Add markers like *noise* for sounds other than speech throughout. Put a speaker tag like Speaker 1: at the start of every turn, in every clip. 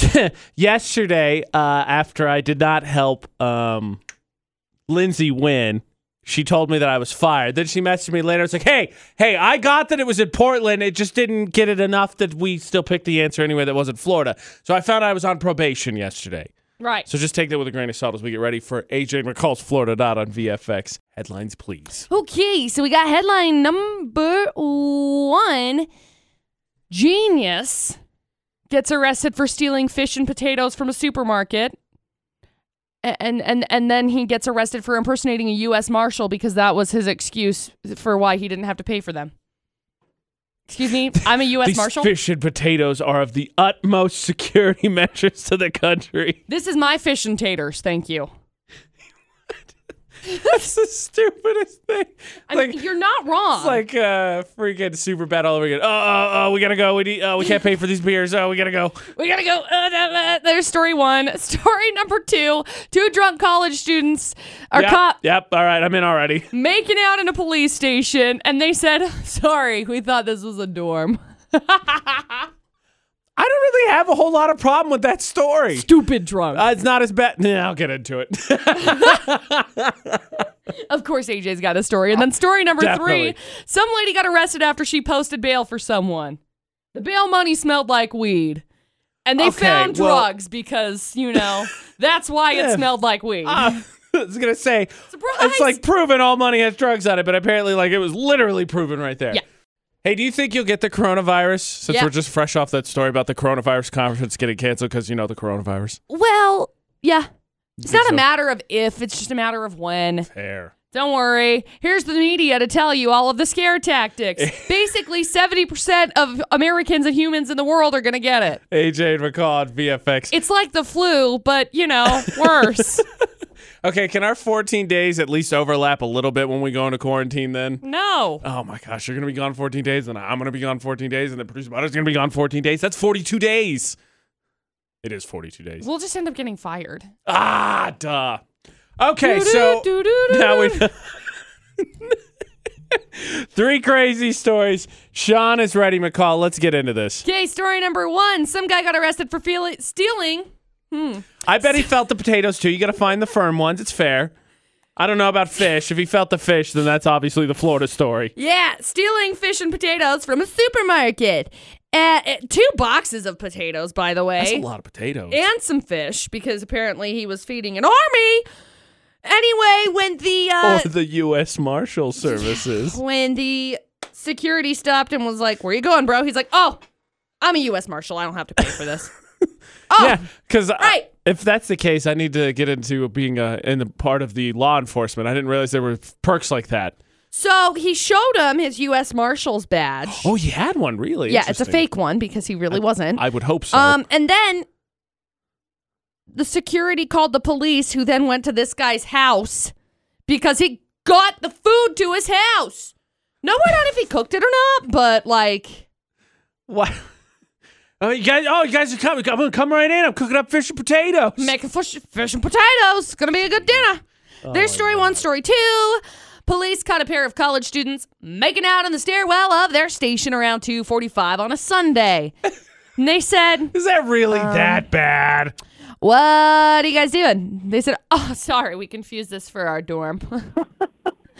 Speaker 1: *laughs* yesterday, uh, after I did not help um, Lindsay win, she told me that I was fired. Then she messaged me later. It's like, hey, hey, I got that it was in Portland. It just didn't get it enough that we still picked the answer anyway that wasn't Florida. So I found out I was on probation yesterday.
Speaker 2: Right.
Speaker 1: So just take that with a grain of salt as we get ready for AJ McCall's Florida Dot on VFX. Headlines, please.
Speaker 2: Okay, so we got headline number one Genius gets arrested for stealing fish and potatoes from a supermarket. A- And, and and then he gets arrested for impersonating a U.S. marshal because that was his excuse for why he didn't have to pay for them. Excuse me,
Speaker 1: *laughs*
Speaker 2: I'm a U.S.
Speaker 1: These
Speaker 2: marshal.
Speaker 1: fish and potatoes are of the utmost security *laughs* measures to the country. *laughs*
Speaker 2: This is my fish and taters. Thank you.
Speaker 1: That's the stupidest thing.
Speaker 2: I
Speaker 1: like,
Speaker 2: mean, you're not wrong.
Speaker 1: it's like uh, freaking super bad all over again. Oh, oh, oh, we gotta go. We need, oh, we can't pay for these beers. Oh, we gotta go.
Speaker 2: We gotta go. Uh, da- da- there's story one. *laughs* Story number two. Two drunk college students are
Speaker 1: yep,
Speaker 2: caught
Speaker 1: Yep. All right, I'm in already.
Speaker 2: making out in a police station, and they said, *laughs* "Sorry, we thought this was a dorm." *laughs*
Speaker 1: I don't really have a whole lot of problem with that story.
Speaker 2: Stupid drunk.
Speaker 1: Uh, it's not as bad. *laughs* Nah, I'll get into
Speaker 2: *laughs*
Speaker 1: it.
Speaker 2: of course, AJ's got a story. And then story number
Speaker 1: Definitely.
Speaker 2: three: some lady got arrested after she posted bail for someone. The bail money smelled like weed. And they
Speaker 1: Okay,
Speaker 2: found
Speaker 1: well-
Speaker 2: drugs because,
Speaker 1: *laughs*
Speaker 2: you know, that's why it
Speaker 1: Yeah.
Speaker 2: smelled like weed.
Speaker 1: I was gonna say
Speaker 2: Surprise!
Speaker 1: it's like proven all money has drugs on it, but apparently, like it was literally proven right there.
Speaker 2: Yeah.
Speaker 1: Hey, do you think you'll get the coronavirus since
Speaker 2: Yeah.
Speaker 1: we're just fresh off that story about the coronavirus conference getting canceled because you know the coronavirus?
Speaker 2: Well, yeah. It's
Speaker 1: think
Speaker 2: not a
Speaker 1: so?
Speaker 2: matter of if, it's just a matter of when.
Speaker 1: Fair.
Speaker 2: Don't worry. Here's the media to tell you all of the
Speaker 1: *laughs*
Speaker 2: scare tactics. Basically, 70% of Americans and humans in the world are going to get it.
Speaker 1: AJ and McCall on VFX.
Speaker 2: It's like the flu, but,
Speaker 1: *laughs*
Speaker 2: you know, worse.
Speaker 1: okay, can our 14 days at least overlap a little bit when we go into quarantine then?
Speaker 2: no.
Speaker 1: Oh my gosh, you're gonna be gone 14 days, and I'm gonna be gone 14 days, and the producer butter's gonna be gone 14 days. That's 42 days. It is 42 days.
Speaker 2: We'll just end up getting fired.
Speaker 1: Ah, duh. Okay, so now we *laughs* three crazy stories. Sean is ready, McCall. Let's get into this.
Speaker 2: Okay, story number one. Some guy got arrested for feeli- stealing.
Speaker 1: I bet he felt the potatoes too. You got to find the firm ones. It's fair. I don't know about fish. If he felt the fish, then that's obviously the Florida story.
Speaker 2: Yeah, stealing fish and potatoes from a supermarket. Uh, uh, two boxes of potatoes, by the way.
Speaker 1: That's a lot of potatoes.
Speaker 2: and some fish because apparently he was feeding an army. Anyway, when the uh,
Speaker 1: or the U.S. Marshal Services.
Speaker 2: when the security stopped and was like, "Where you going, bro?" He's like, "Oh, I'm a U.S. marshal. I don't have to pay
Speaker 1: *laughs*
Speaker 2: for this." *laughs* oh,
Speaker 1: Yeah, because
Speaker 2: Right.
Speaker 1: if that's the case, I need to get into being uh, in the part of the law enforcement. I didn't realize there were perks like that.
Speaker 2: so he showed him his U.S. marshal's badge.
Speaker 1: Oh, you had one, really?
Speaker 2: yeah, it's a
Speaker 1: Interesting.
Speaker 2: fake one because he really wasn't.
Speaker 1: I would hope so.
Speaker 2: Um, and then the security called the police, who then went to this guy's house because he got the food to his house. No word on if he cooked it or not, but like,
Speaker 1: *laughs* What? Oh, you guys! Oh, you guys are coming! I'm gonna come right in. I'm cooking up fish and potatoes.
Speaker 2: *laughs* making fish, fish and potatoes. It's gonna be a good dinner.
Speaker 1: Oh
Speaker 2: There's story one, story two. Police caught a pair of college students making out on the stairwell of their station around 2:45 on a Sunday. and they said,
Speaker 1: Is that really
Speaker 2: Um,
Speaker 1: that bad?
Speaker 2: "What are you guys doing?" They said, "Oh, sorry, we confused this for our dorm."
Speaker 3: *laughs*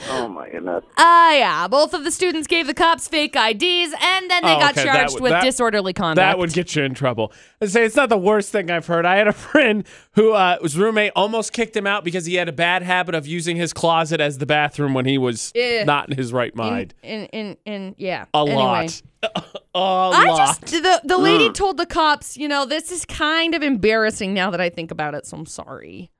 Speaker 3: Oh my goodness.
Speaker 2: Ah, yeah. Both of the students gave the cops fake IDs, and then they
Speaker 1: Oh,
Speaker 2: got
Speaker 1: okay, that
Speaker 2: charged
Speaker 1: would-
Speaker 2: with
Speaker 1: that-
Speaker 2: disorderly conduct.
Speaker 1: That would get you in trouble. I say it's not the worst thing I've heard. I had a *laughs* friend who uh, his roommate almost kicked him out because he had a bad habit of using his closet as the bathroom when he was
Speaker 2: Yeah.
Speaker 1: not in his right mind.
Speaker 2: Eh. in in in yeah.
Speaker 1: A
Speaker 2: anyway.
Speaker 1: lot. *laughs* a
Speaker 2: I
Speaker 1: lot.
Speaker 2: just the the lady told the cops, you know, this is kind of embarrassing now that I think about it, so I'm sorry.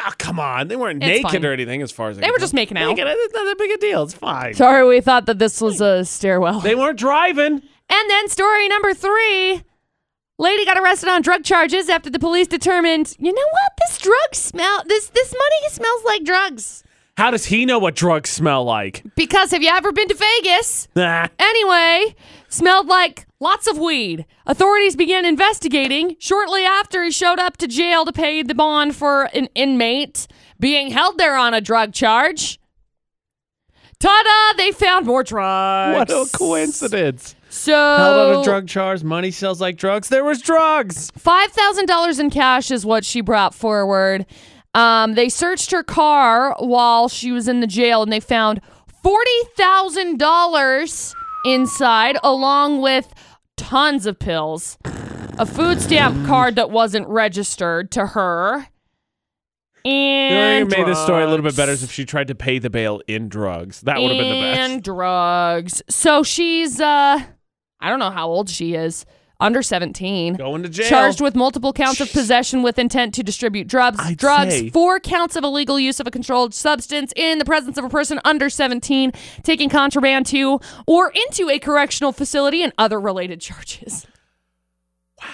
Speaker 1: Oh, come on. They weren't
Speaker 2: It's
Speaker 1: naked
Speaker 2: fine.
Speaker 1: or anything as far as
Speaker 2: They were just making out.
Speaker 1: naked. It's not that big a deal. It's fine.
Speaker 2: Sorry, we thought that this was a stairwell.
Speaker 1: They weren't driving.
Speaker 2: *laughs* and then story number three. Lady got arrested on drug charges after the police determined, you know what, this drug smell this this money smells like drugs.
Speaker 1: How does he know what drugs smell like? *laughs*
Speaker 2: Because have you ever been to Vegas?
Speaker 1: Nah.
Speaker 2: Anyway, smelled like lots of weed. Authorities began investigating shortly after he showed up to jail to pay the bond for an inmate being held there on a drug charge. Ta da! They found more
Speaker 1: What
Speaker 2: drugs.
Speaker 1: a coincidence. Held on a
Speaker 2: So
Speaker 1: drug charge. Money smells like drugs. There was drugs.
Speaker 2: five thousand dollars in cash is what she brought forward. Um, they searched her car while she was in the jail, and they found forty thousand dollars inside, along with tons of pills, a food stamp card that wasn't registered to her,
Speaker 1: You know,
Speaker 2: and
Speaker 1: it made this story a little bit
Speaker 2: drugs.
Speaker 1: better is if she tried to pay the bail in drugs. That would have been the best.
Speaker 2: And drugs. So she's uh I don't know how old she is. Under 17.
Speaker 1: Going to jail.
Speaker 2: Charged with multiple counts of possession with intent to distribute drugs,
Speaker 1: I'd
Speaker 2: drugs,
Speaker 1: say-
Speaker 2: four counts of illegal use of a controlled substance in the presence of a person under 17, taking contraband to or into a correctional facility, and other related charges. Wow.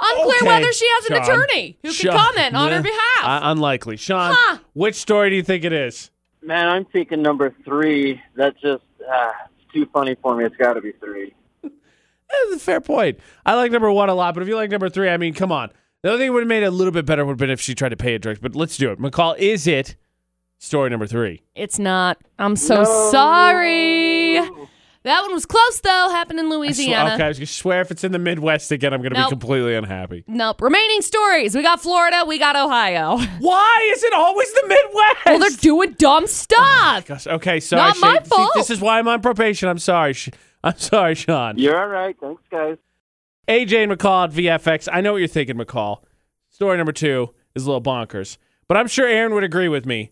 Speaker 2: Unclear
Speaker 1: Okay,
Speaker 2: whether she has an
Speaker 1: Sean.
Speaker 2: attorney who
Speaker 1: Sean.
Speaker 2: can comment on
Speaker 1: Yeah.
Speaker 2: her behalf.
Speaker 1: Uh, unlikely. Sean,
Speaker 2: Huh.
Speaker 1: which story do you think it is?
Speaker 3: Man, I'm thinking number three. That just uh, it's too funny for me. It's got to be three.
Speaker 1: That's Eh, a fair point. I like number one a lot, but if you like number three, I mean, come on. The other thing would have made it a little bit better would have been if she tried to pay a drug, but let's do it. McCall, is it story number three?
Speaker 2: It's not. I'm so
Speaker 3: No.
Speaker 2: sorry. That one was close though. Happened in
Speaker 1: I sw-
Speaker 2: Louisiana.
Speaker 1: okay, I was going to swear if it's in the Midwest again, I'm going to
Speaker 2: Nope.
Speaker 1: be completely unhappy.
Speaker 2: Nope. Remaining stories. We got Florida. We
Speaker 1: *laughs*
Speaker 2: got Ohio.
Speaker 1: Why is it always the Midwest?
Speaker 2: well, they're doing dumb stuff.
Speaker 1: Gosh, okay, sorry.
Speaker 2: Not my
Speaker 1: Shane. See,
Speaker 2: fault.
Speaker 1: This is why I'm on probation. I'm sorry. Sh- I'm sorry, Sean.
Speaker 3: You're all right. Thanks, guys.
Speaker 1: AJ and McCall at VFX. I know what you're thinking, McCall. Story number two is a little bonkers, but I'm sure Aaron would agree with me.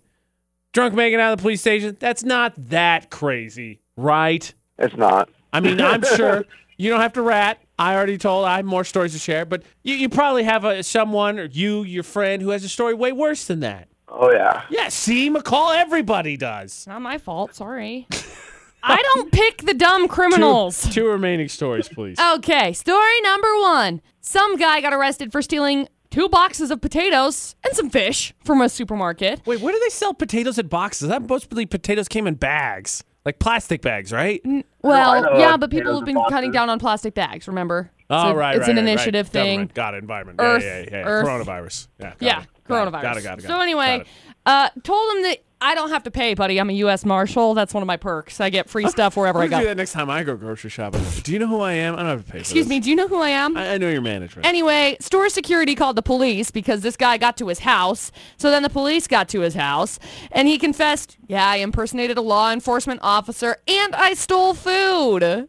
Speaker 1: Drunk Megan out of the police station. That's not that crazy, right?
Speaker 3: It's not.
Speaker 1: I mean, I'm sure you don't have to rat. I already told I have more stories to share, but you, you probably have a someone or you, your friend, who has a story way worse than that.
Speaker 3: Oh yeah.
Speaker 1: Yeah, see, McCall, everybody does.
Speaker 2: It's not my fault.
Speaker 3: *laughs*
Speaker 2: Sorry. I don't pick the dumb criminals.
Speaker 1: Two, two remaining stories, please.
Speaker 2: Okay. Story number one. Some guy got arrested for stealing two boxes of potatoes and some fish from a supermarket.
Speaker 1: Wait, where do they sell potatoes in boxes? I'm supposed to believe potatoes came in bags, like plastic bags, right?
Speaker 3: I
Speaker 2: Well,
Speaker 3: know
Speaker 2: yeah,
Speaker 3: about
Speaker 2: but people
Speaker 3: potatoes
Speaker 2: have
Speaker 3: and
Speaker 2: been
Speaker 3: boxes.
Speaker 2: cutting down on plastic bags. Remember?
Speaker 1: Oh,
Speaker 2: it's a-
Speaker 1: right,
Speaker 2: It's
Speaker 1: right,
Speaker 2: an
Speaker 1: right, right.
Speaker 2: initiative thing.
Speaker 1: Government. Got it. Environment.
Speaker 2: Earth,
Speaker 1: yeah, yeah, yeah, yeah.
Speaker 2: Earth.
Speaker 1: Coronavirus. Yeah. got
Speaker 2: yeah,
Speaker 1: it. Got it,
Speaker 2: coronavirus.
Speaker 1: Got it. Got it. Got it.
Speaker 2: so anyway,
Speaker 1: Got it.
Speaker 2: uh, told him that I don't have to pay, buddy. I'm a U.S. Marshal. That's one of my perks. I get free stuff wherever I
Speaker 1: I'm gonna do
Speaker 2: go.
Speaker 1: that next time I go grocery shopping. Do you know who I am? I don't have to pay.
Speaker 2: Excuse
Speaker 1: for this.
Speaker 2: me. Do you know who I am?
Speaker 1: I, I know your management.
Speaker 2: Anyway, store security called the police because this guy got to his house. So then the police got to his house and he confessed, Yeah, I impersonated a law enforcement officer and I stole food.
Speaker 1: Oh,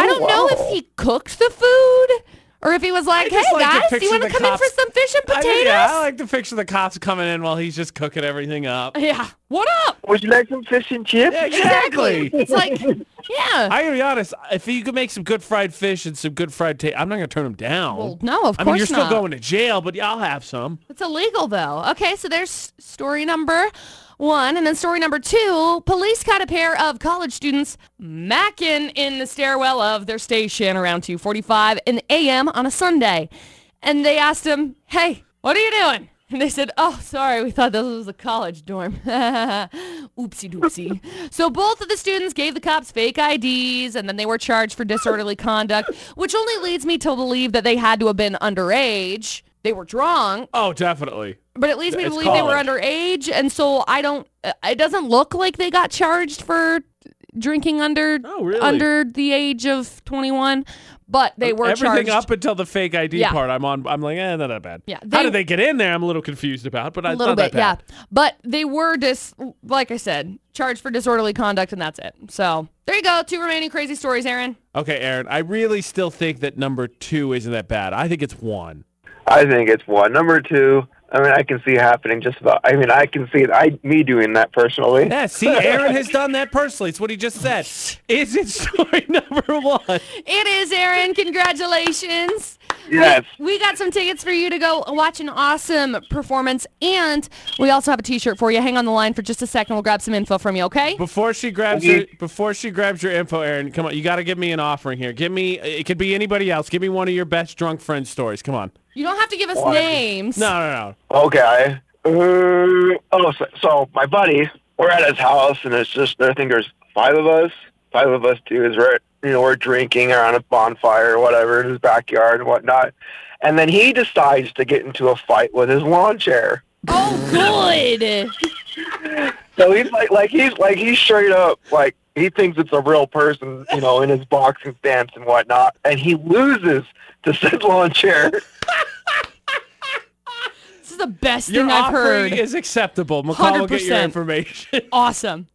Speaker 2: I don't know if
Speaker 3: wow.
Speaker 2: he cooked the food or if he was like, Hey
Speaker 1: just like to
Speaker 2: guys, do you
Speaker 1: picture
Speaker 2: want to
Speaker 1: the
Speaker 2: come in
Speaker 1: cops-
Speaker 2: for some fish and
Speaker 1: I
Speaker 2: potatoes?
Speaker 1: mean, yeah, I like to picture the cops coming in while he's just cooking everything up.
Speaker 2: yeah. What up?
Speaker 3: Would you like some fish and chips?
Speaker 1: Yeah, *laughs* exactly.
Speaker 2: It's like, yeah.
Speaker 1: *laughs* I gotta be honest. If you could make some good fried fish and some good fried, ta- I'm not gonna turn them down.
Speaker 2: Well, no, of
Speaker 1: I mean, you're
Speaker 2: course
Speaker 1: still
Speaker 2: not.
Speaker 1: going to jail, but yeah, I'll have some.
Speaker 2: It's illegal though. Okay, so there's story number one, and then story number two: police caught a pair of college students macking in the stairwell of their station around 2:45 in the a.m. on a Sunday, and they asked them, "Hey, what are you doing?" And they said, "Oh, sorry, we thought this was a college dorm." *laughs* Oopsie doopsie. so both of the students gave the cops fake IDs, and then they were charged for disorderly conduct, which only leads me to believe that they had to have been underage. They were drunk,
Speaker 1: Oh, definitely.
Speaker 2: but it leads me to
Speaker 1: It's
Speaker 2: believe they were underage, and so I don't. uh, It doesn't look like they got charged for drinking under
Speaker 1: Oh, really?
Speaker 2: under the age of twenty one, but they were
Speaker 1: everything
Speaker 2: charged.
Speaker 1: up until the fake ID
Speaker 2: Yeah.
Speaker 1: part. I'm on. I'm like, eh, not that bad.
Speaker 2: Yeah,
Speaker 1: How
Speaker 2: they-
Speaker 1: did they get in there? I'm a little confused about, but I
Speaker 2: a little
Speaker 1: not
Speaker 2: bit, yeah.
Speaker 1: that bad.
Speaker 2: But they were dis, like I said, charged for disorderly conduct, and that's it. So there you go, two remaining crazy stories, Aaron.
Speaker 1: Okay, Aaron, I really still think that number two isn't that bad. I think it's one.
Speaker 4: I think it's one. Number two, I mean, I can see it happening just about. I mean, I can see it. I me doing that personally.
Speaker 1: Yeah,
Speaker 2: *laughs*
Speaker 1: see, Aaron has done that personally. It's what he just said. Is it story *laughs* number one?
Speaker 2: It is Aaron. Congratulations.
Speaker 4: Yes.
Speaker 2: We got some tickets for you to go watch an awesome performance, and we also have a T-shirt for you. Hang on the line for just a second. We'll grab some info from you, okay?
Speaker 1: Before she grabs your, before she grabs your info, Aaron, come on, you got to give me an offering here. Give me, it could be anybody else. Give me one of your best drunk friend stories. Come on.
Speaker 2: You don't have to give us
Speaker 4: Why?
Speaker 2: names.
Speaker 1: No, no, no.
Speaker 4: Okay. Uh, oh, so, so my buddy, we're at his house, and it's just I think there's five of us. Five of us too is we're you know we're drinking or on a bonfire or whatever in his backyard and whatnot, and then he decides to get into a fight with his lawn chair.
Speaker 2: Oh, good.
Speaker 4: So he's like, like he's like he's straight up like he thinks it's a real person, you know, in his boxing stance and whatnot, and he loses to said lawn chair.
Speaker 2: This is the best
Speaker 1: Your
Speaker 2: thing I've
Speaker 1: offering
Speaker 2: heard.
Speaker 1: is acceptable. McCall will get your
Speaker 2: 100%.
Speaker 1: information.
Speaker 2: awesome.